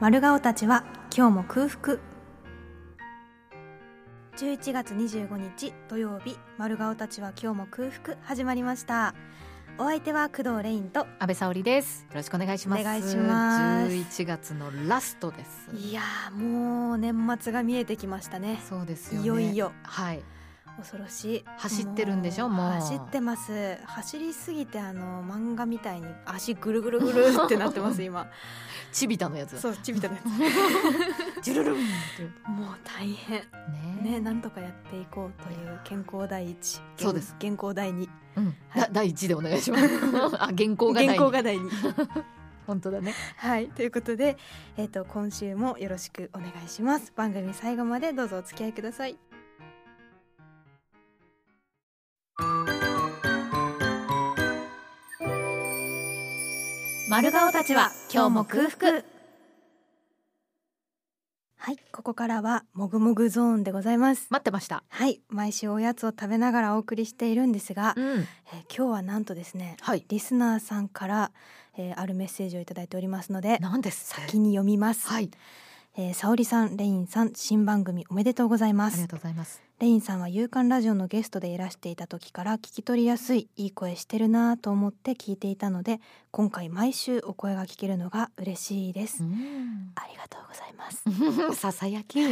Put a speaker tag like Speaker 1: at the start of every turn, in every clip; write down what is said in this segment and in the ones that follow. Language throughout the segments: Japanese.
Speaker 1: 丸顔たちは今日も空腹11月25日土曜日丸顔たちは今日も空腹始まりましたお相手は工藤レインと
Speaker 2: 安倍沙織です。よろしくお願いします。
Speaker 1: お願いします
Speaker 2: 11月のラストです。
Speaker 1: いやーもう年末が見えてきましたね
Speaker 2: そうですよ、ね。
Speaker 1: いよいよ
Speaker 2: はい。
Speaker 1: 恐ろしい
Speaker 2: 走ってるんでしょもう
Speaker 1: 走ってます走りすぎてあの漫画みたいに足ぐるぐるぐる ってなってます今
Speaker 2: チビタのやつ。
Speaker 1: そうちびたのやつ
Speaker 2: ジュルルンっていう
Speaker 1: もう大変
Speaker 2: ね。
Speaker 1: ねなんとかやっていこうという健康第一
Speaker 2: そうです
Speaker 1: 健康第二
Speaker 2: うん。
Speaker 1: はい
Speaker 2: だ第一でお願いします。 あ原稿がな
Speaker 1: 健
Speaker 2: い。
Speaker 1: 康が第二
Speaker 2: 本当だね。
Speaker 1: はいということでえっ、と今週もよろしくお願いします番組最後までどうぞお付き合いください
Speaker 2: 丸顔たちは今日も空腹
Speaker 1: はいここからはもぐもぐゾーンでございます
Speaker 2: 待ってました。
Speaker 1: はい毎週おやつを食べながらお送りしているんですが、
Speaker 2: うん。
Speaker 1: えー今日はなんとですね
Speaker 2: はい。
Speaker 1: リスナーさんから、えーあるメッセージをいただいておりますので
Speaker 2: なんです。
Speaker 1: 先に読みます、
Speaker 2: はい。
Speaker 1: えー、沙織さんレインさん新番組おめでとうございま
Speaker 2: あり
Speaker 1: す
Speaker 2: がとうございます。
Speaker 1: レインさんは夕刊ラジオのゲストでいらしていた時から聞き取りやすいいい声してるなぁと思って聞いていたので今回毎週お声が聞けるのが嬉しいです、
Speaker 2: うん。
Speaker 1: ありがとうございます、
Speaker 2: ささやき。
Speaker 1: え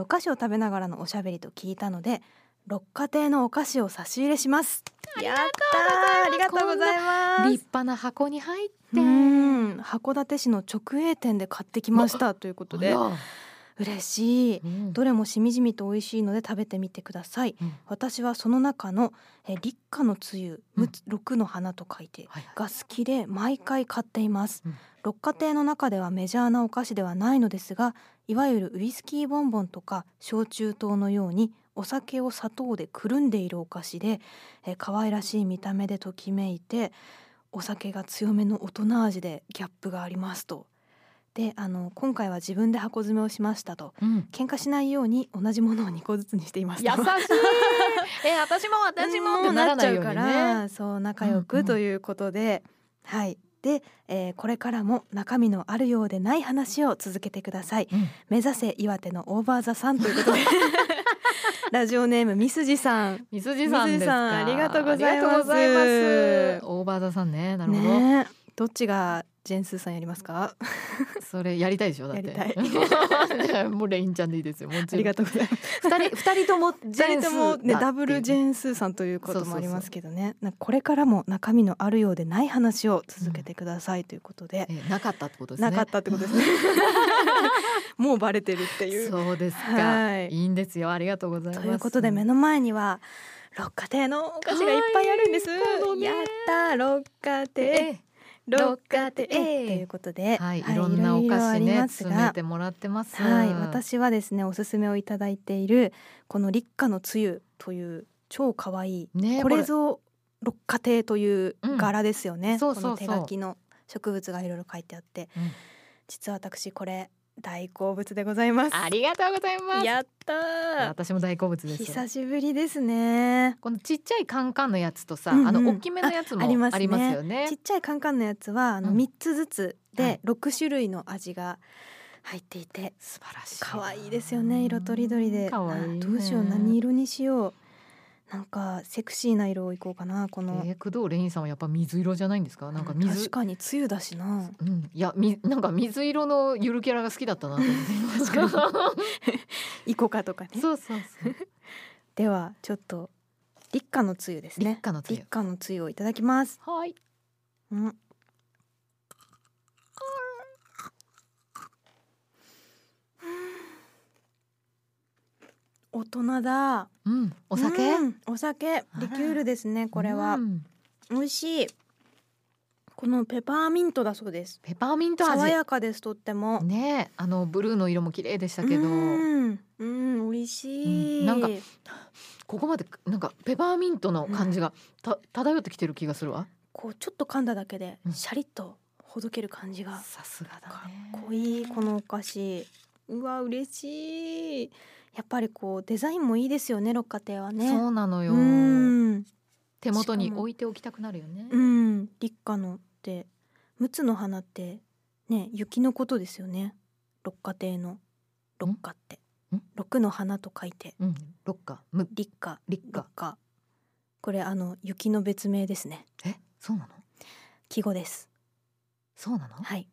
Speaker 1: ーお菓子を食べながらのおしゃべりと聞いたので六花亭のお菓子を差し入れしますやったーありがとうございます
Speaker 2: 立派な箱に入って。
Speaker 1: うーん函館市の直営店で買ってきましたということで
Speaker 2: あら
Speaker 1: 嬉しい
Speaker 2: うん
Speaker 1: どれもしみじみと美味しいので食べてみてください
Speaker 2: うん
Speaker 1: 私はその中のえー立夏の梅雨
Speaker 2: うん
Speaker 1: むつ六の花と書いて
Speaker 2: はいはい
Speaker 1: が好きで毎回買っています
Speaker 2: うん
Speaker 1: 六花亭の中ではメジャーなお菓子ではないのですがいわゆるウイスキーボンボンとか焼酎糖のようにお酒を砂糖でくるんでいるお菓子でえー可愛らしい見た目でときめいてお酒が強めの大人味でギャップがありますと。であの今回は自分で箱詰めをしましたと
Speaker 2: うん。
Speaker 1: 喧嘩しないように同じものを2個ずつにしています
Speaker 2: 優しいえ私も私もってならないように
Speaker 1: もなっちゃうか
Speaker 2: ね
Speaker 1: らそう仲良
Speaker 2: うんう
Speaker 1: く
Speaker 2: ん
Speaker 1: ということで、はいで、えーこれからも中身のあるようでない話を続けてください
Speaker 2: うん
Speaker 1: 目指せ岩手のオーバーザさんという ことでラジオネームみすじさん
Speaker 2: みすじさんで
Speaker 1: みすじ
Speaker 2: すか
Speaker 1: さんありがとうございます
Speaker 2: ありがとうございますオーバーザさんねなるほど、
Speaker 1: ねえどっちがジェンスーさんやります か
Speaker 2: それやりたいでしょだって
Speaker 1: やり
Speaker 2: もうレインちゃん でいいですよも
Speaker 1: ありがとうございます
Speaker 2: う二人二人ともジェ
Speaker 1: 二
Speaker 2: ン
Speaker 1: 人と
Speaker 2: ス
Speaker 1: もね
Speaker 2: だっていう
Speaker 1: ダブルジェーンスーさんということ
Speaker 2: そうそう
Speaker 1: も
Speaker 2: そう
Speaker 1: ありますけどねなんかこれからも中身のあるようでない話を続けてくださいということで、
Speaker 2: えなかったってことですね
Speaker 1: なかったってこと ですねもうバレてるっていう
Speaker 2: そうですか、
Speaker 1: はい
Speaker 2: い、いんですよありがとうございます
Speaker 1: ということで目の前には六花亭のお菓子がいっぱいあるんです、
Speaker 2: はいこのね
Speaker 1: やったー六花亭
Speaker 2: え
Speaker 1: 六花亭と
Speaker 2: 六花亭
Speaker 1: いうことで、
Speaker 2: はい、いろんなお
Speaker 1: いろいろ
Speaker 2: 菓
Speaker 1: あ
Speaker 2: 子
Speaker 1: り
Speaker 2: ね
Speaker 1: ます
Speaker 2: 詰め
Speaker 1: が
Speaker 2: てもらってます
Speaker 1: はい、私はですねおすすめをいただいているこの立夏の梅雨という超可愛い
Speaker 2: ね
Speaker 1: これぞ六花亭という
Speaker 2: うん
Speaker 1: 柄ですよね、
Speaker 2: そうそうそう
Speaker 1: この手書きの植物がいろいろ書いてあって、
Speaker 2: うん
Speaker 1: 実は私これ大好物でございます
Speaker 2: ありがとうございます
Speaker 1: やったー
Speaker 2: 私も大好物です
Speaker 1: 久しぶりですね
Speaker 2: このちっちゃいカンカンのやつとさ、
Speaker 1: うんうん
Speaker 2: あの大きめのやつ
Speaker 1: あ
Speaker 2: もあ
Speaker 1: あり
Speaker 2: り
Speaker 1: ま
Speaker 2: ます
Speaker 1: ね
Speaker 2: すよね
Speaker 1: ちっちゃいカンカンのやつはあの
Speaker 2: うん
Speaker 1: 三つずつ
Speaker 2: は
Speaker 1: で
Speaker 2: い
Speaker 1: 六種類の味が入っていて
Speaker 2: 素晴らしいな
Speaker 1: 可愛いですよね色とりどりで
Speaker 2: 可愛いね
Speaker 1: あどうしよう何色にしようなんかセクシーな色をいこうかなこの、
Speaker 2: えー、工藤レインさんはやっぱ水色じゃないんですかなんか水
Speaker 1: 確かに梅雨だしな
Speaker 2: うん、いやみなんか水色のゆるキャラが好きだったなと思っ て
Speaker 1: 確かイコカとかね
Speaker 2: そうそうそう
Speaker 1: ではちょっと立夏の梅雨ですね
Speaker 2: 立夏の梅雨
Speaker 1: 立夏の梅雨をいただきます
Speaker 2: はい
Speaker 1: うん大人だ
Speaker 2: うんお酒、
Speaker 1: うんお酒リキュールですねこれは、
Speaker 2: うん
Speaker 1: 美味しいこのペパーミントだそうです
Speaker 2: ペパーミント
Speaker 1: 爽
Speaker 2: 味
Speaker 1: やかですとっても、
Speaker 2: ねえあのブルーの色も綺麗でしたけど
Speaker 1: うんうん美味しい、
Speaker 2: うんなんかここまでなんかペパーミントの感じがた漂ってきてる気がするわ
Speaker 1: こうちょっと噛んだだけで
Speaker 2: うん
Speaker 1: シャリッとほどける感じが、
Speaker 2: さすが
Speaker 1: か
Speaker 2: だね
Speaker 1: っこいいこのお菓子うわ嬉しいやっぱりこうデザインもいいですよね六花亭はね
Speaker 2: そうなのよ
Speaker 1: うん
Speaker 2: 手元
Speaker 1: し
Speaker 2: に
Speaker 1: かも
Speaker 2: 置いておきたくなるよね
Speaker 1: うん立夏のって陸奥の花ってね雪のことですよね六花亭の六花って
Speaker 2: ん
Speaker 1: 六の花と書いて
Speaker 2: うん、六花、む、
Speaker 1: 立花
Speaker 2: 立
Speaker 1: 六
Speaker 2: 花。
Speaker 1: 花これあの雪の別名ですね
Speaker 2: え、そうなの。
Speaker 1: 季語です
Speaker 2: そうなの。
Speaker 1: はい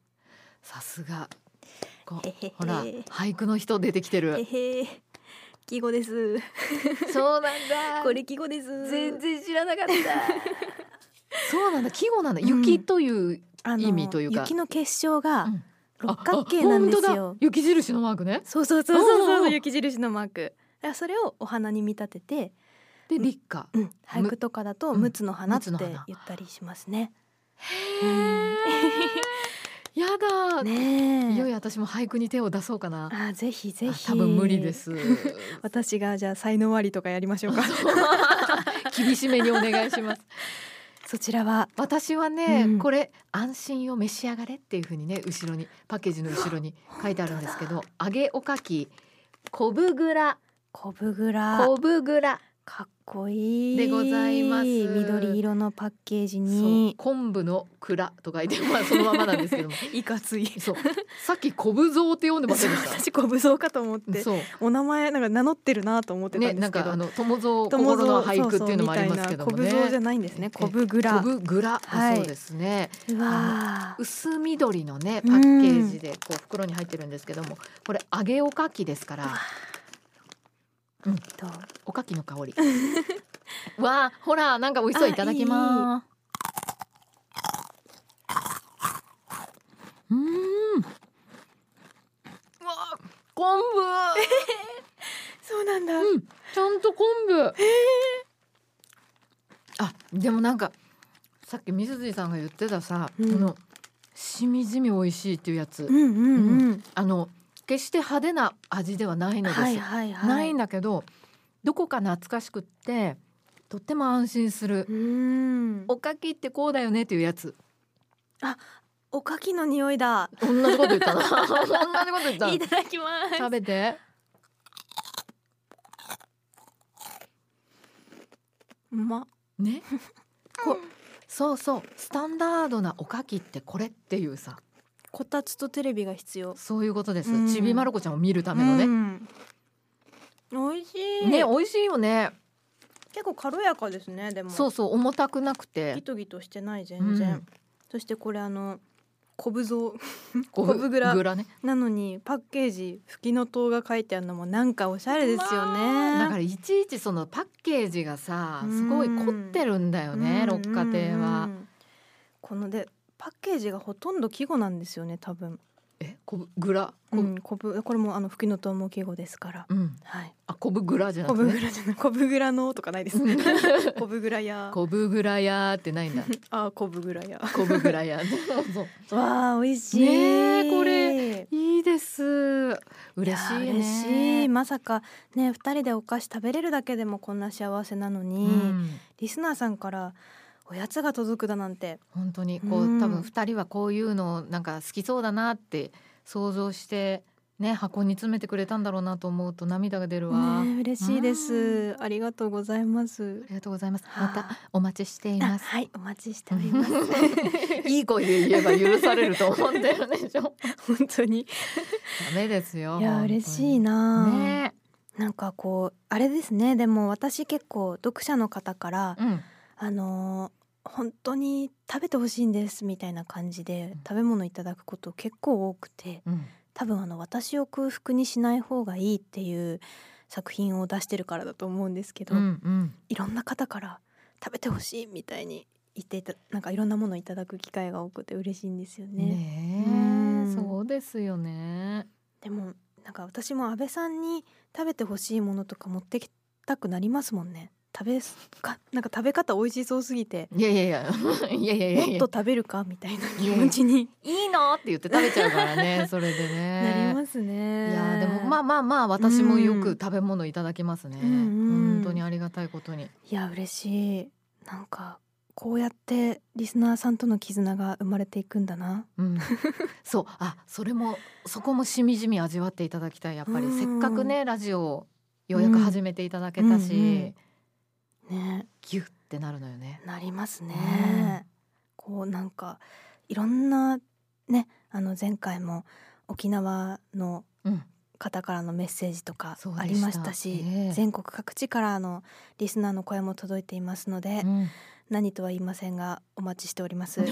Speaker 2: さすが。こ
Speaker 1: へへへ
Speaker 2: ほら、俳句の人出てきて
Speaker 1: へ
Speaker 2: る。
Speaker 1: へ季語です
Speaker 2: そうなんだ
Speaker 1: これ季語です
Speaker 2: 然知らなかった。 そうなんだ、季語なんだ、
Speaker 1: うん
Speaker 2: 雪という。
Speaker 1: あの
Speaker 2: 意味というか
Speaker 1: 雪の結晶が
Speaker 2: うん
Speaker 1: 六角形なんです
Speaker 2: ああ
Speaker 1: よ
Speaker 2: 本当だ、雪印のマークね。
Speaker 1: そうそうそうそう
Speaker 2: おうおう
Speaker 1: そ
Speaker 2: お
Speaker 1: う
Speaker 2: う
Speaker 1: 雪印のマークだからそれをお花に見立てて、
Speaker 2: で、立花。
Speaker 1: うん、俳句とかだと
Speaker 2: む
Speaker 1: ムツの花
Speaker 2: ム
Speaker 1: って
Speaker 2: ツの花
Speaker 1: 言ったりしますね
Speaker 2: やだ。
Speaker 1: ねえ
Speaker 2: いよいよ私も俳句に手を出そうかな。
Speaker 1: あぜひぜ
Speaker 2: あ
Speaker 1: ひ
Speaker 2: 多分無理です
Speaker 1: 私がじゃあ才能ありとかやりましょうか
Speaker 2: 厳しめにお願いします
Speaker 1: そちらは
Speaker 2: 私はね、
Speaker 1: うん
Speaker 2: これ安心を召し上がれっていう風にね後ろにパッケージの後ろに書いてあるんですけど揚げおかき昆布蔵
Speaker 1: コブグラ
Speaker 2: 昆布蔵
Speaker 1: かっこいい
Speaker 2: でございます
Speaker 1: 緑色のパッケージ
Speaker 2: そう
Speaker 1: に
Speaker 2: 昆布の蔵と書いてまあそのままなんです けども
Speaker 1: いかつい
Speaker 2: そうさっき昆布蔵って読んでません でし
Speaker 1: 私コブゾウかと思ったて
Speaker 2: そう
Speaker 1: お名前なんか名乗ってるなと思ってた
Speaker 2: ね
Speaker 1: んで
Speaker 2: なん
Speaker 1: すけ
Speaker 2: か
Speaker 1: ど、
Speaker 2: あの友
Speaker 1: 友
Speaker 2: 蔵
Speaker 1: 蔵
Speaker 2: 心の俳句っていうのもありますけどもね
Speaker 1: そうそうみたいなコブゾウじゃないんですね。コブグラ。
Speaker 2: 昆布蔵だそうですね、
Speaker 1: うわー
Speaker 2: 薄緑のねパッケージでこう袋に入ってるんですけども、これ揚げおかきですから
Speaker 1: と
Speaker 2: おかき の香りわあほらなんか美味しそういただきますうーんうわあ昆
Speaker 1: そうなんだ。
Speaker 2: 布、うん、ちゃんと昆布あでもなんかさっき水辻さんが言ってたさ、
Speaker 1: うん
Speaker 2: このしみじみ美味しいっていうやつ、
Speaker 1: うんうんうん。
Speaker 2: あの決して派手な味ではないのです、
Speaker 1: はいはいはい。
Speaker 2: ないんだけどどこか懐かしくってとっても安心する
Speaker 1: う、ーん。
Speaker 2: おかきってこうだよねっていうやつ
Speaker 1: おおかきの匂いだ。
Speaker 2: 同じこと言ったな 同じこと言った
Speaker 1: いただきます。
Speaker 2: 食べて
Speaker 1: うま。
Speaker 2: ねこそうそうスタンダードなおかきってこれっていうさ
Speaker 1: こたつとテレビが必要。
Speaker 2: そういうことです、
Speaker 1: うん
Speaker 2: ちびまる子ちゃんを見るためのね、
Speaker 1: ね。美味しい。
Speaker 2: ね美味しいよね
Speaker 1: 結構軽やかですね。でも。
Speaker 2: そうそう重たくなく
Speaker 1: ギ
Speaker 2: て
Speaker 1: トギトしてない全然。
Speaker 2: うん
Speaker 1: そしてこれあの。コブゾウ
Speaker 2: こ
Speaker 1: 昆布蔵
Speaker 2: ぐらね
Speaker 1: なのにパッケージ「吹きの塔」が書いてあるのもなんかおしゃれですよね。
Speaker 2: だからいちいちそのパッケージがさ
Speaker 1: うん
Speaker 2: すごい凝ってるんだよね
Speaker 1: うん
Speaker 2: 六花亭
Speaker 1: う
Speaker 2: は
Speaker 1: んうんうんこのでパッケージがほとんど季語なんですよね多分、
Speaker 2: えこぶグラこ
Speaker 1: う
Speaker 2: ぶ
Speaker 1: ん、こぶこれもあの吹きの塔も季語ですから、
Speaker 2: うん
Speaker 1: はい
Speaker 2: あこぶグラじゃな
Speaker 1: こ
Speaker 2: く
Speaker 1: ぶ
Speaker 2: て
Speaker 1: ぐ
Speaker 2: ね
Speaker 1: らじゃないこぶぐらのとかないですね こぶぐらや
Speaker 2: こぶグラやーってない んだ
Speaker 1: あーこぶぐらや
Speaker 2: こぶグラ やーそうそう
Speaker 1: わあ美味しい
Speaker 2: ねえこれいいです嬉しいね
Speaker 1: や嬉しいまさかね二人でお菓子食べれるだけでもこんな幸せなの
Speaker 2: う
Speaker 1: に、
Speaker 2: ん
Speaker 1: リスナーさんからおやつが届くだなんて
Speaker 2: 本当にこ
Speaker 1: う
Speaker 2: うん多分二人はこういうのなんか好きそうだなって想像してね箱に詰めてくれたんだろうなと思うと涙が出るわ、
Speaker 1: ねえ嬉しいですありがとうございます
Speaker 2: ありがとうございます
Speaker 1: はあ
Speaker 2: またお待ちしてい
Speaker 1: あ
Speaker 2: ます
Speaker 1: はいお待ちしており ます
Speaker 2: いい声で言えば許されると思うんだよね。でしょダ
Speaker 1: 本当に
Speaker 2: メですよ。
Speaker 1: いや
Speaker 2: 本当に
Speaker 1: 嬉しいなあ、
Speaker 2: ね
Speaker 1: なんかこうあれですねでも私結構読者の方から
Speaker 2: え。うん。
Speaker 1: あのー本当に食べてほしいんですみたいな感じで
Speaker 2: うん
Speaker 1: 食べ物いただくこと結構多くて
Speaker 2: うん。
Speaker 1: 多分あの私を空腹にしない方がいいっていう作品を出してるからだと思うんですけど、
Speaker 2: うん。うん。
Speaker 1: いろんな方から食べてほしいみたいに言っていたなんかいろんなものをいただく機会が多くて嬉しいんですよね。
Speaker 2: ね
Speaker 1: う
Speaker 2: え。
Speaker 1: ん
Speaker 2: そうですよね。
Speaker 1: でもなんか私も安倍さんに食べてほしいものとか持ってきたくなりますもんね食べすかなんか食べ方美味しそうすぎて
Speaker 2: いやいやいや。 いやいやい
Speaker 1: も
Speaker 2: や
Speaker 1: っ
Speaker 2: いや
Speaker 1: と。食べるかみたいな気持ちに
Speaker 2: いいのって言って食べちゃうからね。 それでね。
Speaker 1: なりますね
Speaker 2: いやでもまあまあまあ私もよ
Speaker 1: う
Speaker 2: く
Speaker 1: ん
Speaker 2: 食べ物いただきますね、
Speaker 1: うんうん
Speaker 2: 本当にありがたいことに
Speaker 1: いや嬉しいなんかこうやってリスナーさんとの絆が生まれていくんだな
Speaker 2: うん、そうあそれもそこもしみじみ味わっていただきたいやっぱり、
Speaker 1: うん
Speaker 2: せっかくねラジオをようやく始めていただけたし、
Speaker 1: うんうんうんね
Speaker 2: ギュッてなるのよね
Speaker 1: なりますね、
Speaker 2: ね
Speaker 1: こうなんかいろんなねあの前回も沖縄の
Speaker 2: うん
Speaker 1: 方からのメッセージとか
Speaker 2: そう
Speaker 1: あ
Speaker 2: でした
Speaker 1: りましたし
Speaker 2: ええ
Speaker 1: 全国各地からあのリスナーの声も届いていますので、
Speaker 2: うん
Speaker 1: 何とは言いませんがお待ちしております。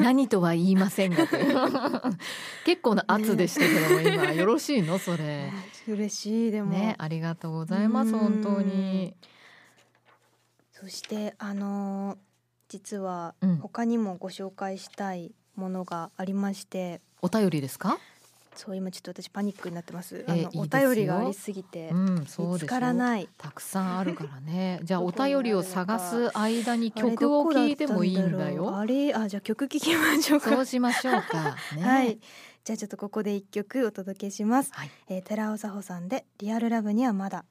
Speaker 2: 何とは言いませんがという 結構な圧でしたけども、今よろしいのそれ
Speaker 1: 嬉しいでも、
Speaker 2: ねありがとうございます
Speaker 1: うん
Speaker 2: 本当に
Speaker 1: そしてあのー実は
Speaker 2: うん
Speaker 1: 他にもご紹介したいものがありまして、
Speaker 2: お便りですか
Speaker 1: そう今ちょっと私パニックになってます。
Speaker 2: え
Speaker 1: あの
Speaker 2: いいですよ
Speaker 1: お便りがありすぎて
Speaker 2: うんそう
Speaker 1: 見
Speaker 2: で
Speaker 1: つ
Speaker 2: す
Speaker 1: から
Speaker 2: い
Speaker 1: ない。
Speaker 2: たくさんあるか らねじゃあ
Speaker 1: ど
Speaker 2: お
Speaker 1: こにあるのか
Speaker 2: 便りを探す間に
Speaker 1: あれ
Speaker 2: 曲を聴いてもいいん
Speaker 1: どこ
Speaker 2: だ
Speaker 1: った
Speaker 2: よ
Speaker 1: あれあじゃあ曲聞きましょうか。
Speaker 2: そうしましょ うかね
Speaker 1: はい。じゃあちょっとここで一曲お届けします。
Speaker 2: はい
Speaker 1: えー、寺尾佐穂さんでリアルラブにはまだ。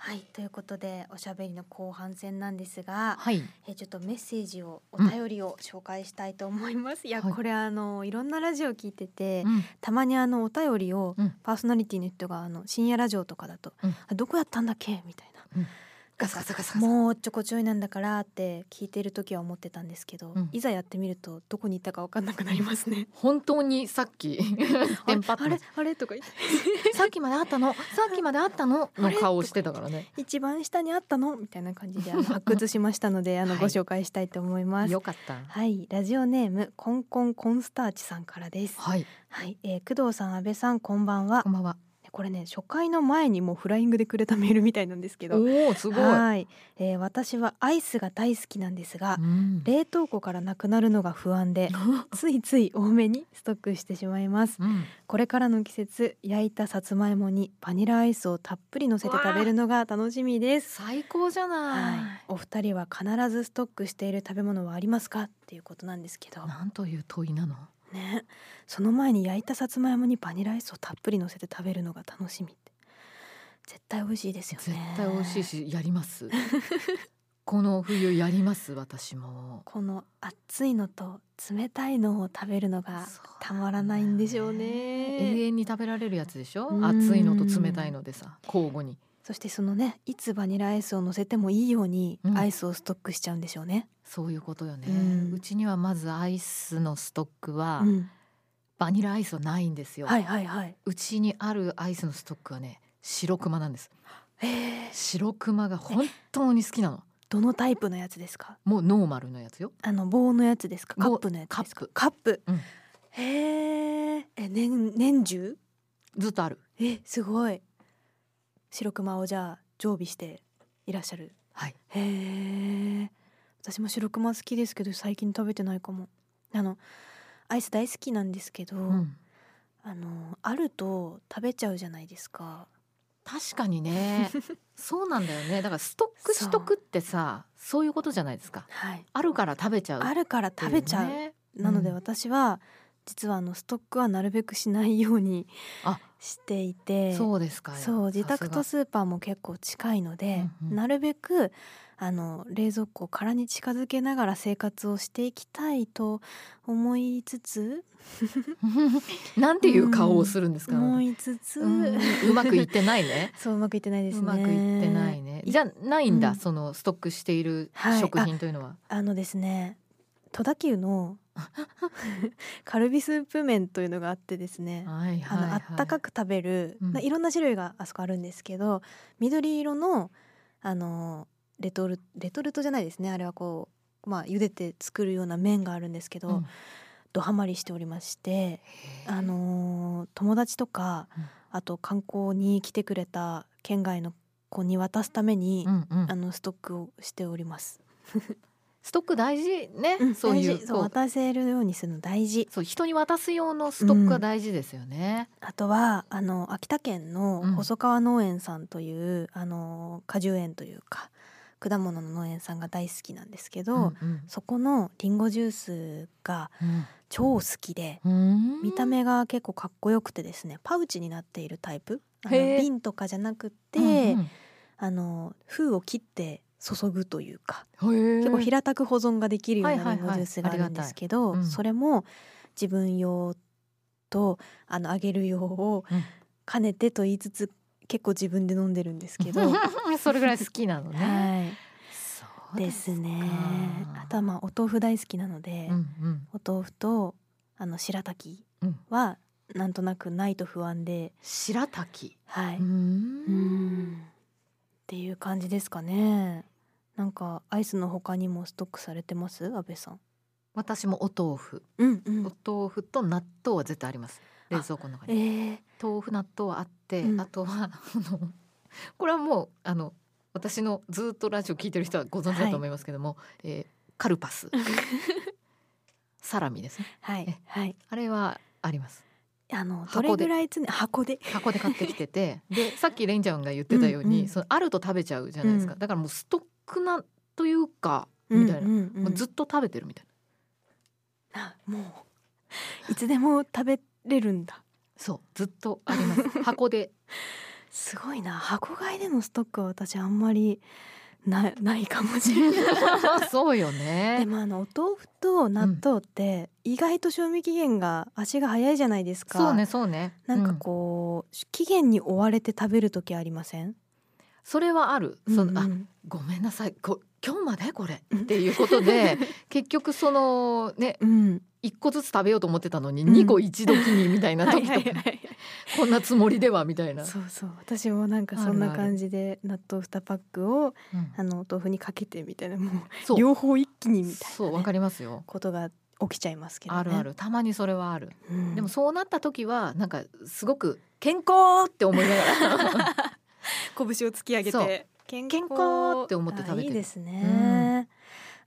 Speaker 1: はいということでおしゃべりの後半戦なんですが、
Speaker 2: はい
Speaker 1: えー、ちょっとメッセージをお便りを紹介したいと思います。いや
Speaker 2: はい
Speaker 1: これあのいろんなラジオ聞いてて、
Speaker 2: うん
Speaker 1: たまにあのお便りを
Speaker 2: うん
Speaker 1: パーソナリティの人があの深夜ラジオとかだと、
Speaker 2: うん
Speaker 1: あどこやったんだっけみたいな、
Speaker 2: うんガサガサガサガサ
Speaker 1: もうおっちょこちょいなんだからって聞いてる時は思ってたんですけど、
Speaker 2: うん
Speaker 1: いざやってみるとどこに行ったか分かんなくなります ね
Speaker 2: 本当にさっ き
Speaker 1: あ
Speaker 2: テ
Speaker 1: れ
Speaker 2: ンパって
Speaker 1: あれあれとか言って
Speaker 2: さっきまであったのさっきまであった のの顔をしてたからね
Speaker 1: 一番下にあったのみたいな感じであの発掘しましたの であの
Speaker 2: はい
Speaker 1: ご紹介したいと思います
Speaker 2: よかった
Speaker 1: はい、ラジオネームコンコンコンスターチさんからです
Speaker 2: はい
Speaker 1: はい、えー、工藤さん安倍さんこんばんは
Speaker 2: こんばんは
Speaker 1: これね初回の前にもうフライングでくれたメールみたいなんですけど
Speaker 2: おおすごい、
Speaker 1: はい、えー私はアイスが大好きなんですが、
Speaker 2: うん
Speaker 1: 冷凍庫からなくなるのが不安でついつい多めにストックしてしまいます
Speaker 2: うん
Speaker 1: これからの季節焼いたさつまいもにバニラアイスをたっぷり乗せて食べるのが楽しみです
Speaker 2: 最高じゃ
Speaker 1: は
Speaker 2: ない
Speaker 1: い、、お二人は必ずストックしている食べ物はありますかっていうことなんですけど
Speaker 2: なんという問いなの
Speaker 1: ねその前に焼いたさつまいもにバニラアイスをたっぷり乗せて食べるのが楽しみって絶対美味しいですよ
Speaker 2: 絶
Speaker 1: ね
Speaker 2: 対美味しいしやります この冬やります私も
Speaker 1: この熱いのと冷たいのを食べるのが
Speaker 2: そう
Speaker 1: たまらないんでしょう
Speaker 2: 永
Speaker 1: ね。
Speaker 2: 遠に食べられるやつでしょ
Speaker 1: うん
Speaker 2: 熱いのと冷たいのでさ交互に
Speaker 1: そしてそのねいつバニラアイスを乗せてもいいように
Speaker 2: うん
Speaker 1: アイスをストックしちゃうんでしょうね。
Speaker 2: そういうことよね、
Speaker 1: う
Speaker 2: うんちにはまずアイスのストックは、
Speaker 1: うん
Speaker 2: バニラアイスはないんですよ、
Speaker 1: はいはいはい。
Speaker 2: うちにあるアイスのストックはね白熊なんです
Speaker 1: えー
Speaker 2: 白熊が本当に好きなの
Speaker 1: どのタイプのやつですか？
Speaker 2: もうノーマルのやつよ
Speaker 1: あの棒のやつですか？カ
Speaker 2: 棒
Speaker 1: ップのやつですか？カップ。
Speaker 2: うん
Speaker 1: へーえ年年中？
Speaker 2: ずっとある
Speaker 1: えすごい。白熊をじゃあ常備していらっしゃる。
Speaker 2: はい
Speaker 1: へえ私も白熊好きですけど最近食べてないかもあのアイス大好きなんですけど、
Speaker 2: うん
Speaker 1: あのあると食べちゃうじゃないですか
Speaker 2: 確か にねそうなんだよねだからストックしとくってさそういうことじゃないですか
Speaker 1: はい
Speaker 2: あるから食べちゃう
Speaker 1: あるから食べちゃう、
Speaker 2: ね
Speaker 1: なので
Speaker 2: うん
Speaker 1: 私は実はあのストックはなるべくしないように
Speaker 2: あ
Speaker 1: していて
Speaker 2: そうですか
Speaker 1: そう自宅と
Speaker 2: さす
Speaker 1: スーパーも結構近いので、
Speaker 2: うんうん
Speaker 1: なるべくあの冷蔵庫を空に近づけながら生活をしていきたいと思いつつ
Speaker 2: が なんていう顔をするんですか、
Speaker 1: 思
Speaker 2: う
Speaker 1: いつつ、
Speaker 2: んうまくいってないね
Speaker 1: そううまくいってないですね
Speaker 2: うまくいってないねじゃあないんだ、そのストックしている
Speaker 1: はい
Speaker 2: 食品というのは、
Speaker 1: あのですね戸田急の カルビスープ麺というのがあってですねあ
Speaker 2: はいはいはい
Speaker 1: のあったかく
Speaker 2: く
Speaker 1: 食べる、
Speaker 2: うん
Speaker 1: ないろんな種類があそこあるんですけど緑色のあのレトルレトルトじゃないですねあれはこうまあ茹でて作るような麺があるんですけど、ドハマりしておりましてあのー友達とか、
Speaker 2: うん
Speaker 1: あと観光に来てくれた県外の子に渡すために、
Speaker 2: うんうん
Speaker 1: あのストックをしております。
Speaker 2: ストック大事ね、そうい
Speaker 1: 大
Speaker 2: う
Speaker 1: 事そう
Speaker 2: こう
Speaker 1: 渡せるようにするの大事。
Speaker 2: そう人に渡す用のストックは大事ですよね、
Speaker 1: あとはあの秋田県の
Speaker 2: うん
Speaker 1: 細川農園さんという、あの果樹園というか果物の農園さんが大好きなんですけど、
Speaker 2: うんうん
Speaker 1: そこのリンゴジュースが
Speaker 2: うん
Speaker 1: 超好きで。
Speaker 2: うん
Speaker 1: 見た目が結構かっこよくてですねパウチになっているタイプあの
Speaker 2: へえ
Speaker 1: 瓶とかじゃなくて、
Speaker 2: うん
Speaker 1: あの封を切って注ぐというか
Speaker 2: うん、
Speaker 1: 結構
Speaker 2: へえ
Speaker 1: 平たく保存ができるようなリンゴジュースがあ
Speaker 2: はいはいは
Speaker 1: るん
Speaker 2: い
Speaker 1: ですけど、
Speaker 2: ありがたいうん
Speaker 1: それも自分用とあのあげる用を
Speaker 2: うん
Speaker 1: 兼ねてと言い つつ結構自分で飲んでるんですけどは
Speaker 2: それぐらい好きなのね。
Speaker 1: い
Speaker 2: そうう
Speaker 1: ですね
Speaker 2: か
Speaker 1: あとはまあお豆腐大好きなので、
Speaker 2: うんうん
Speaker 1: お豆腐とあの白滝
Speaker 2: うん
Speaker 1: はなんとなくないと不安で
Speaker 2: 白滝
Speaker 1: はいう
Speaker 2: ー
Speaker 1: うんんっていう感じですかねなんかアイスの他にもストックされてます安倍さん
Speaker 2: 私もお豆腐
Speaker 1: うんう
Speaker 2: お
Speaker 1: ん
Speaker 2: 豆腐と納豆は絶対あります
Speaker 1: あ
Speaker 2: 冷蔵庫の中
Speaker 1: え
Speaker 2: に
Speaker 1: ー、
Speaker 2: 豆腐納豆はあって、
Speaker 1: うん
Speaker 2: あとはあのこれはもうあの私のずっとラジオ聞いてる人はご存知だと思いますけども、えーカルパ スサラミですね
Speaker 1: はいはい
Speaker 2: あれはあります
Speaker 1: あのど
Speaker 2: 箱で
Speaker 1: れぐらい常に箱で
Speaker 2: 箱で買ってき ててでさっきレンちゃんが言ってたように
Speaker 1: うんうん
Speaker 2: そのあると食べちゃうじゃないですか、
Speaker 1: うん
Speaker 2: だからもうストックなというかみたいな、
Speaker 1: うんうんうん
Speaker 2: もうずっと食べてるみたいな
Speaker 1: あもういつでも食べれるんだ
Speaker 2: そうずっとあります 箱です
Speaker 1: ごいな箱買いでのストックは私あんまりないないかもし れない
Speaker 2: そうよ
Speaker 1: で
Speaker 2: ね
Speaker 1: もあのお豆腐と納豆って意外と賞味期限が足が早いじゃないですか
Speaker 2: そうねそうね
Speaker 1: なんか
Speaker 2: う
Speaker 1: こう、期限に追われて食べる時ありません
Speaker 2: それはあるその、あ
Speaker 1: うんうん
Speaker 2: ごめんなさいこ今日までこれっていうこ とで結局そのね
Speaker 1: うん
Speaker 2: 一個ずつ食べようと思ってたのに
Speaker 1: うん
Speaker 2: 二個一時にみたい な時とか、
Speaker 1: はい
Speaker 2: こんなつもりではみたいな、
Speaker 1: そうそう私もなんかそんな
Speaker 2: あるある
Speaker 1: 感じで納豆2パックを
Speaker 2: うん
Speaker 1: あのお豆腐にかけてみたいなも
Speaker 2: そうう
Speaker 1: 両方一気にみたい
Speaker 2: そう
Speaker 1: な
Speaker 2: わ
Speaker 1: ね、
Speaker 2: かりますよ。
Speaker 1: ことが起きちゃいますけどね
Speaker 2: あるあるたまにそれはある、
Speaker 1: うん
Speaker 2: でもそうなった時はなんかすごく健康って思いなが ら
Speaker 1: 拳を突き上
Speaker 2: げてそう
Speaker 1: 健
Speaker 2: 健康って思って食べてる
Speaker 1: あいいですね、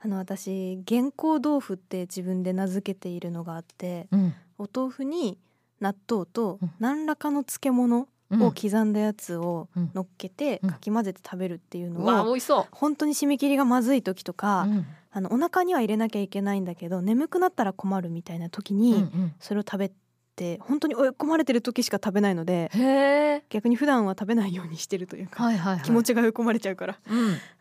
Speaker 1: あの私健康豆腐って自分で名付けているのがあって
Speaker 2: うん
Speaker 1: お豆腐に納豆と
Speaker 2: うん
Speaker 1: 何らかの漬物
Speaker 2: うん
Speaker 1: を刻んだやつを
Speaker 2: うん
Speaker 1: 乗っけて
Speaker 2: うん
Speaker 1: かき混ぜて食べるっていう
Speaker 2: うわ
Speaker 1: のを
Speaker 2: 美味しそう、
Speaker 1: 本当に締め切りがまずい時とか、
Speaker 2: うん
Speaker 1: あのお腹には入れなきゃいけないんだけど眠くなったら困るみたいな時
Speaker 2: う
Speaker 1: に、
Speaker 2: んうん
Speaker 1: それを食べて本当に追い込まれてる時しか食べないので
Speaker 2: へえ
Speaker 1: 逆に普段は食べないようにしてるというか、
Speaker 2: はいはい、はい、
Speaker 1: 気持ちが追い込まれちゃうから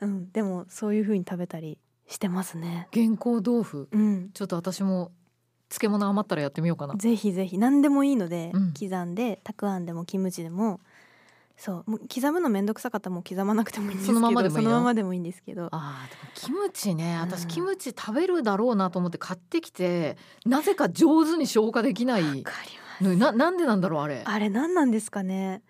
Speaker 2: うん
Speaker 1: うん、でもそういう風に食べたりしてますね。
Speaker 2: 健康豆腐
Speaker 1: うん、
Speaker 2: ちょっと私も漬物余ったらやってみようかな
Speaker 1: ぜひぜひ何でもいいので、
Speaker 2: うん
Speaker 1: 刻んでたくあんでもキムチでもそうもう刻むの面倒くさかったらもう刻まなくてもいいんですけど
Speaker 2: そのままでもい
Speaker 1: そ
Speaker 2: いの
Speaker 1: のままでもいいんですけど
Speaker 2: あーでもキムチね
Speaker 1: う
Speaker 2: 私
Speaker 1: ん
Speaker 2: キムチ食べるだろうなと思って買ってきてなぜか上手に消化できない
Speaker 1: わかります
Speaker 2: のななんでなんだろうあれ。
Speaker 1: あれ何なんですかね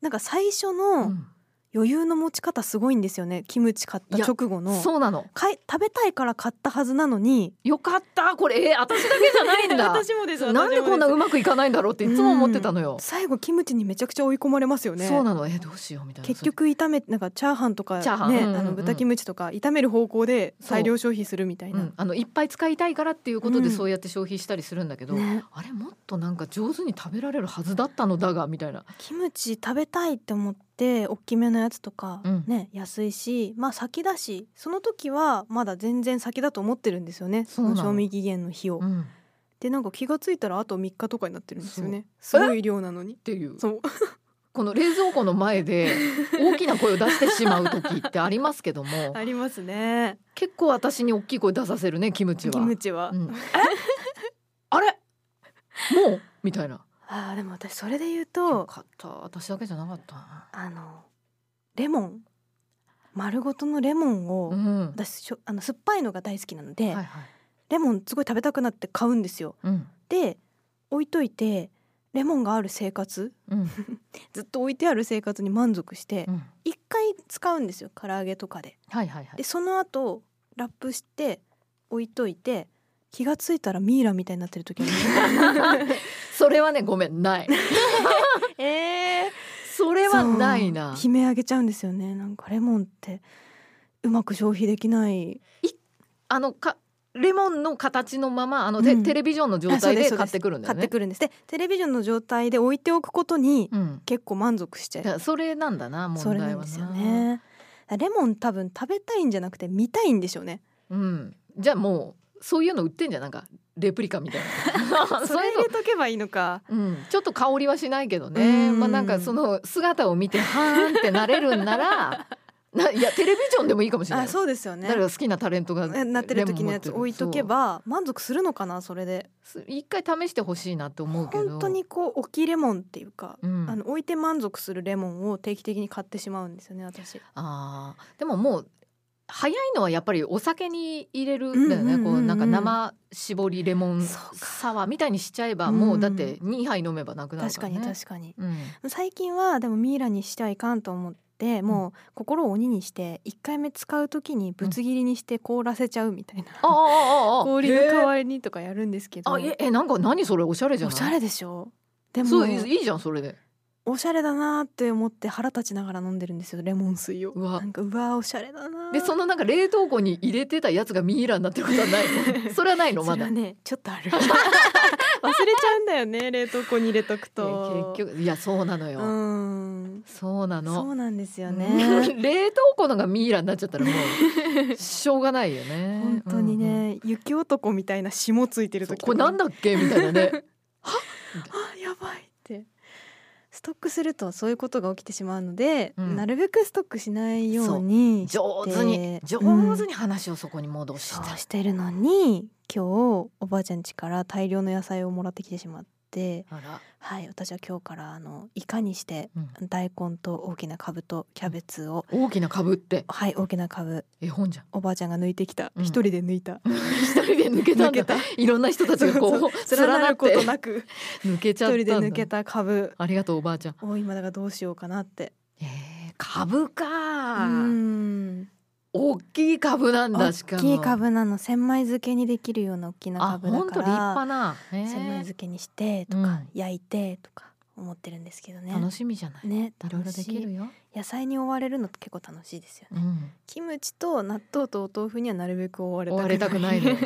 Speaker 1: なんか最初
Speaker 2: う
Speaker 1: の
Speaker 2: ん
Speaker 1: 余裕の持ち方すごいんですよねキムチ買った直後の
Speaker 2: そうなの
Speaker 1: 買い食べたいから買ったはずなのに
Speaker 2: よかったこれ、えー私だけじゃないんだ
Speaker 1: 私もです
Speaker 2: なんでこんな
Speaker 1: 私
Speaker 2: う
Speaker 1: も
Speaker 2: まくいかないんだろうっていつも思ってたのよ
Speaker 1: で、す最後キムチにめちゃくちゃ追い込まれますよね
Speaker 2: そうなのえーどうしようみたいな
Speaker 1: 結局炒めなんかチャーハンとか
Speaker 2: チャーハン
Speaker 1: ね、
Speaker 2: うんうんうん
Speaker 1: あの豚キムチとか炒める方向で大量消費するみたい
Speaker 2: そうう
Speaker 1: な、
Speaker 2: んあのいっぱい使いたいからっていうこと
Speaker 1: う
Speaker 2: で
Speaker 1: ん
Speaker 2: そうやって消費したりするんだけど、
Speaker 1: ね、
Speaker 2: あれもっとなんか上手に食べられるはずだったのだがみたいな
Speaker 1: キムチ食べたいって思って大きめのやつとか、
Speaker 2: うん
Speaker 1: ね安いしまあ先だしその時はまだ全然先だと思ってるんですよね
Speaker 2: そ
Speaker 1: そう
Speaker 2: なの
Speaker 1: の賞味期限の日を、
Speaker 2: うんっ
Speaker 1: でなんか気がついたらあと3日とかになってるんですよねす
Speaker 2: そう
Speaker 1: ごい量なのに
Speaker 2: ていう
Speaker 1: そう
Speaker 2: この冷蔵庫の前で大きな声を出してしまう時ってありますけ ども
Speaker 1: ありますね
Speaker 2: 結構私に大きい声出させるねキムチ
Speaker 1: キ
Speaker 2: は。
Speaker 1: ムチは、
Speaker 2: うん、え あれもうみたいな。
Speaker 1: あーでも私それで言う
Speaker 2: よ
Speaker 1: と
Speaker 2: かった私だけじゃなかったな。
Speaker 1: あのレモン丸ごとのレモンを、
Speaker 2: うん。は
Speaker 1: 私しょあの酸っぱいのが大好きなので、
Speaker 2: いはい。
Speaker 1: レモンすごい食べたくなって買うんですよ
Speaker 2: うん
Speaker 1: で置いといてレモンがある生活
Speaker 2: うん
Speaker 1: ずっと置いてある生活に満足して
Speaker 2: うん。
Speaker 1: 一回使うんですよ唐揚げとかで
Speaker 2: はいはいはい
Speaker 1: で。その後ラップして置いといて気がついたらミイラみたいになってる時あり ます
Speaker 2: それはねごめ んない。
Speaker 1: え え
Speaker 2: それはないな。
Speaker 1: 悲鳴あげちゃうんですよねなんかレモンってうまく消費できない
Speaker 2: あのかレモンの形のままあのテ,、
Speaker 1: うん
Speaker 2: テレビジョンの状
Speaker 1: あそう
Speaker 2: 態
Speaker 1: です
Speaker 2: で
Speaker 1: そう
Speaker 2: 買
Speaker 1: で
Speaker 2: っ
Speaker 1: す
Speaker 2: てくるんだよ
Speaker 1: 買って
Speaker 2: ね。
Speaker 1: くるんですでテレビジョンの状態で置いておくことに
Speaker 2: うん。
Speaker 1: 結構満足しちゃう
Speaker 2: それなんだな問
Speaker 1: そ
Speaker 2: 題
Speaker 1: れ
Speaker 2: はな。
Speaker 1: なんですよねレモン多分食べたいんじゃなくて見たいんでしょうね
Speaker 2: うん、じゃあもうそういうの売ってんじゃんなんかレプリカみたい な
Speaker 1: そ
Speaker 2: そう
Speaker 1: れ
Speaker 2: いうの
Speaker 1: 入れとけばいいのか
Speaker 2: うん、ちょっと香りはしないけど
Speaker 1: う
Speaker 2: ね、
Speaker 1: ん
Speaker 2: まあ、なんかその姿を見てはーんってなれるんならないやテレビジョンでもいいかもしれない
Speaker 1: あ
Speaker 2: よ、
Speaker 1: そうですよね
Speaker 2: 誰が好きなタレントが
Speaker 1: えなってる時のやつ
Speaker 2: レモ
Speaker 1: 置
Speaker 2: ン持
Speaker 1: い
Speaker 2: ってる
Speaker 1: とけば満足するのかなそれで
Speaker 2: そう一回試してほしいなって思うけど
Speaker 1: 本当、にこう置きレモンっていうか、
Speaker 2: うん、
Speaker 1: あの置いて満足するレモンを定期的に買ってしまうんですよね私
Speaker 2: あーでももう早いのはやっぱりお酒に入れる
Speaker 1: んうん
Speaker 2: んだよね、
Speaker 1: うんうん
Speaker 2: こうなんか生搾りレモン
Speaker 1: そうか
Speaker 2: サワーみたいにしちゃえば、
Speaker 1: うん
Speaker 2: もうだって2杯飲めばなくなる
Speaker 1: 確
Speaker 2: か、
Speaker 1: から
Speaker 2: ね、
Speaker 1: に確かに
Speaker 2: かに、
Speaker 1: 最近はでもミイラにしてはいかんと思ってもう心を鬼にして1回目使う時にぶつ切りにして凍らせちゃうみたいな、
Speaker 2: ああああああ
Speaker 1: 氷の代
Speaker 2: い
Speaker 1: わりにとかやるんですけど、
Speaker 2: あええなんか何それおしゃれじゃ
Speaker 1: お
Speaker 2: ない
Speaker 1: しゃれでしょで
Speaker 2: そ
Speaker 1: も
Speaker 2: ういいいいじゃんそれで
Speaker 1: おしゃれだなって思って腹立ちながら飲んでるんですよレモン水を
Speaker 2: うわ
Speaker 1: なんかうわおしゃれだな
Speaker 2: でそのなんか冷凍庫に入れてたやつがミイラになってることはな いのそれはないのま
Speaker 1: それ
Speaker 2: だ、
Speaker 1: はねちょっとある 忘れちゃうんだよね冷凍庫に入れとく
Speaker 2: え
Speaker 1: と
Speaker 2: 結局いやそうなのよ、
Speaker 1: うん
Speaker 2: そうなの
Speaker 1: そうなんですよね
Speaker 2: 冷凍庫のがミイラになっちゃったらもうしょうがないよね
Speaker 1: 本当にね、
Speaker 2: うんうん
Speaker 1: 雪男みたいな霜ついてる
Speaker 2: そう
Speaker 1: 時
Speaker 2: これなん
Speaker 1: だ
Speaker 2: だっけみたい なね
Speaker 1: あやばいってストックするとそういうことが起きてしまうので、
Speaker 2: うん
Speaker 1: なるべくストックしないようにして
Speaker 2: 上手に
Speaker 1: で
Speaker 2: 上手に話をそこに戻し
Speaker 1: そ
Speaker 2: た
Speaker 1: うしてるのに今日おばあちゃん家から大量の野菜をもらってきてしまって
Speaker 2: あら、
Speaker 1: はい私は今日からあのいかにして
Speaker 2: うん
Speaker 1: 大根と大きな株とキャベツを
Speaker 2: 大きな株って
Speaker 1: はい大きな株
Speaker 2: 絵本じゃん
Speaker 1: おばあちゃんが抜いてきた
Speaker 2: うん
Speaker 1: 一人で抜 いた
Speaker 2: 一人で抜けた
Speaker 1: 抜
Speaker 2: んだ
Speaker 1: けた
Speaker 2: いろんな人たちがこ
Speaker 1: そう
Speaker 2: 連
Speaker 1: 連
Speaker 2: な
Speaker 1: な
Speaker 2: っ
Speaker 1: る
Speaker 2: て
Speaker 1: ことなく
Speaker 2: 抜けちゃ
Speaker 1: 一
Speaker 2: った
Speaker 1: 人
Speaker 2: ん
Speaker 1: で
Speaker 2: だ
Speaker 1: 抜けた株
Speaker 2: ありがとうおばあちゃん
Speaker 1: を今だからどうしようかなって
Speaker 2: えー、株
Speaker 1: う
Speaker 2: か
Speaker 1: ん
Speaker 2: 大きい株なんだしか
Speaker 1: 大
Speaker 2: も
Speaker 1: きい株なの千枚漬けにできるような大きな
Speaker 2: あ
Speaker 1: 株だ
Speaker 2: 本当立
Speaker 1: か
Speaker 2: 派な、え
Speaker 1: ら
Speaker 2: ー
Speaker 1: 千枚漬けにしてと
Speaker 2: う
Speaker 1: か
Speaker 2: ん
Speaker 1: 焼いてとか思ってるんですけどね
Speaker 2: 楽しみじゃない、
Speaker 1: ね
Speaker 2: いろいろできる
Speaker 1: 楽し
Speaker 2: よ、
Speaker 1: い野菜に追われるのって結構楽しいですよ
Speaker 2: う
Speaker 1: ね、
Speaker 2: ん、
Speaker 1: キムチと納豆とお豆腐にはなるべく追われ
Speaker 2: 追われた
Speaker 1: た
Speaker 2: く
Speaker 1: く
Speaker 2: な
Speaker 1: ないい
Speaker 2: のよ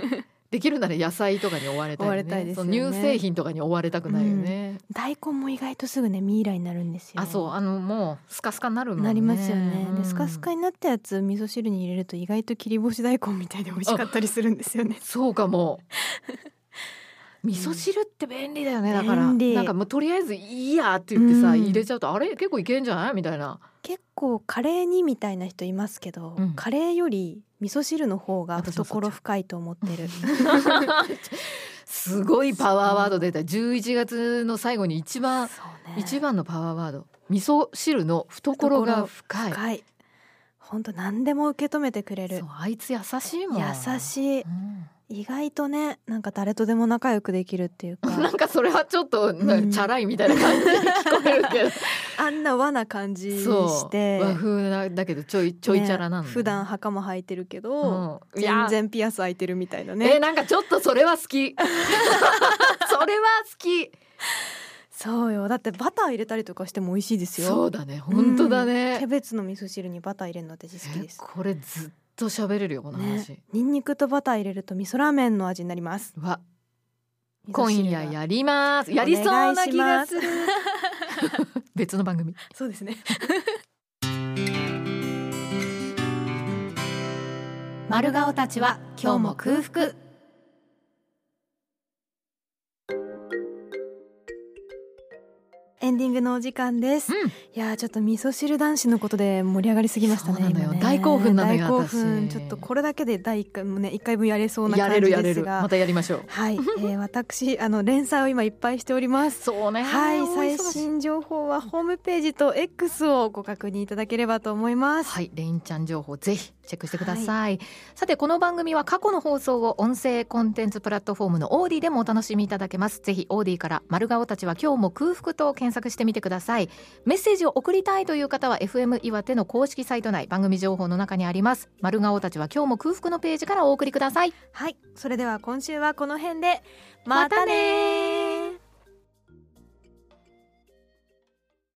Speaker 2: できるなら野菜とかに追われたい,、
Speaker 1: 追
Speaker 2: ね、
Speaker 1: われたいですよ
Speaker 2: そ
Speaker 1: ね
Speaker 2: の乳製品とかに追われたくないよね、
Speaker 1: 大根も意外とすぐねミイラになるんですよ
Speaker 2: あそうあのもうスカスカになるもんね
Speaker 1: なりますよね、
Speaker 2: うん
Speaker 1: でスカスカになったやつ味噌汁に入れると意外と切り干し大根みたいで美味しかったりするんですよね
Speaker 2: そうかも味噌汁って便利だよねだから
Speaker 1: 便利
Speaker 2: なんかもうとりあえずいいやって言ってさ、
Speaker 1: うん
Speaker 2: 入れちゃうとあれ結構いけんじゃないみたいな
Speaker 1: 結構カレーにみたいな人いますけど、
Speaker 2: うん
Speaker 1: カレーより味噌汁の方が
Speaker 2: 私もそっち
Speaker 1: 懐深いと思ってる
Speaker 2: すごいパワーワード出た11月の最後に一番
Speaker 1: そう ね
Speaker 2: 一番のパワーワード味噌汁の懐が深い
Speaker 1: 深い本当何でも受け止めてくれる
Speaker 2: そうあいつ優しいもん
Speaker 1: 優
Speaker 2: い、
Speaker 1: しい
Speaker 2: うん
Speaker 1: 意外とねなんか誰とでも仲良くできるっていう
Speaker 2: な
Speaker 1: か
Speaker 2: んかそれはちょっとなん
Speaker 1: う
Speaker 2: か
Speaker 1: ん
Speaker 2: チャラいみたいな感じに聞こえる けど、
Speaker 1: あんな和な感じ
Speaker 2: そ
Speaker 1: し
Speaker 2: う
Speaker 1: て
Speaker 2: 和風なだけどちょいちょいチャラなんだ、
Speaker 1: ね普段袴履いてるけど、
Speaker 2: うん、いや
Speaker 1: 全然ピアス開いてるみたいな
Speaker 2: え
Speaker 1: ね
Speaker 2: なんかちょっとそれは好きそれは好き
Speaker 1: そうよだってバター入れたりとかしても美味しいですよ
Speaker 2: そうだね本当だ
Speaker 1: うんキャ
Speaker 2: ね、
Speaker 1: ベツの味噌汁にバター入れるの私好きで
Speaker 2: え
Speaker 1: す
Speaker 2: これずっと喋れるよこの話、
Speaker 1: ね、ニンニクとバター入れると味噌ラーメンの味になります
Speaker 2: うわ今夜やりますやりそうな気がする 別の番組
Speaker 1: そうですね
Speaker 2: 丸顔たちは今日も空腹
Speaker 1: エンディングのお時間です、
Speaker 2: うん
Speaker 1: いやーちょっと味噌汁男子のことで盛り上がりすぎましたね
Speaker 2: そうなのよ
Speaker 1: 今ね
Speaker 2: 大興奮なのよ
Speaker 1: 大興奮
Speaker 2: 私
Speaker 1: ちょっとこれだけで第一回もね一回分やれそうな
Speaker 2: や
Speaker 1: 感じ
Speaker 2: れるやれ
Speaker 1: です
Speaker 2: る
Speaker 1: が
Speaker 2: またやりましょう
Speaker 1: はい、えー、私あの連載を今いっぱいしております
Speaker 2: そうね
Speaker 1: はい、
Speaker 2: お忙し
Speaker 1: 最新情報はホームページと X をご確認いただければと思います。
Speaker 2: はい、レインちゃん情報ぜひチェックしてください、さてこの番組は過去の放送を音声コンテンツプラットフォームのオーディでもお楽しみいただけますぜひオーディから丸顔たちは今日も空腹と検索してみてくださいメッセージを送りたいという方は FM 岩手の公式サイト内番組情報の中にあります丸顔たちは今日も空腹のページからお送りください
Speaker 1: はい、それでは今週はこの辺で
Speaker 2: ま
Speaker 1: また
Speaker 2: たね
Speaker 1: ねー